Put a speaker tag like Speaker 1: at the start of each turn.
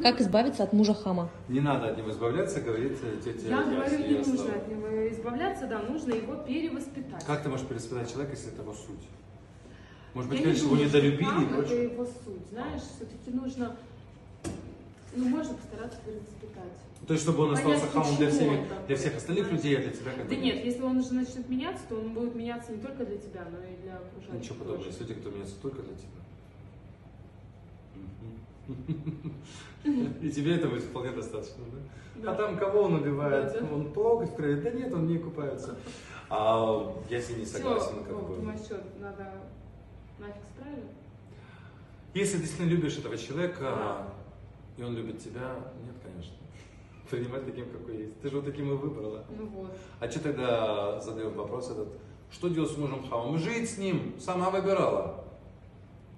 Speaker 1: Как избавиться от мужа хама?
Speaker 2: Не надо от него избавляться, говорит э, тетя
Speaker 3: Я говорю,
Speaker 2: если
Speaker 3: не
Speaker 2: я
Speaker 3: нужно
Speaker 2: стала.
Speaker 3: от него избавляться, да, нужно его перевоспитать.
Speaker 2: Как ты можешь переспитать человека, если это его суть? Может
Speaker 3: Я
Speaker 2: быть,
Speaker 3: не
Speaker 2: конечно, его
Speaker 3: думаю, что
Speaker 2: недолюбили и
Speaker 3: хам это
Speaker 2: прочее.
Speaker 3: его суть, знаешь, все-таки нужно, ну, можно постараться перевоспитать.
Speaker 2: То есть, чтобы он
Speaker 3: Понять,
Speaker 2: остался хамом для,
Speaker 3: почему
Speaker 2: всеми,
Speaker 3: он так
Speaker 2: для всех остальных
Speaker 3: поступает.
Speaker 2: людей, а для тебя как
Speaker 3: Да
Speaker 2: бы
Speaker 3: нет, если он уже начнет меняться, то он будет меняться не только для тебя, но и для окружающих.
Speaker 2: Ничего подобного.
Speaker 3: тоже.
Speaker 2: Есть люди, кто меняется только для тебя. Мгм. И тебе этого вполне достаточно, да?
Speaker 3: Да.
Speaker 2: А там кого он убивает?
Speaker 3: Да, да.
Speaker 2: Он плохо в крови? Да нет, он не купается. А я с ней не
Speaker 3: Всё,
Speaker 2: согласен, как
Speaker 3: Вов,
Speaker 2: бы.
Speaker 3: думаю, всё, надо нафиг справили.
Speaker 2: Если ты действительно любишь этого человека,
Speaker 3: Да.
Speaker 2: и он любит тебя, нет, конечно. Принимать таким, какой есть. Ты же его таким и выбрала.
Speaker 3: Ну вот.
Speaker 2: А что тогда задаем вопрос этот? Что делать с мужем Хамом? Жить с ним, сама выбирала.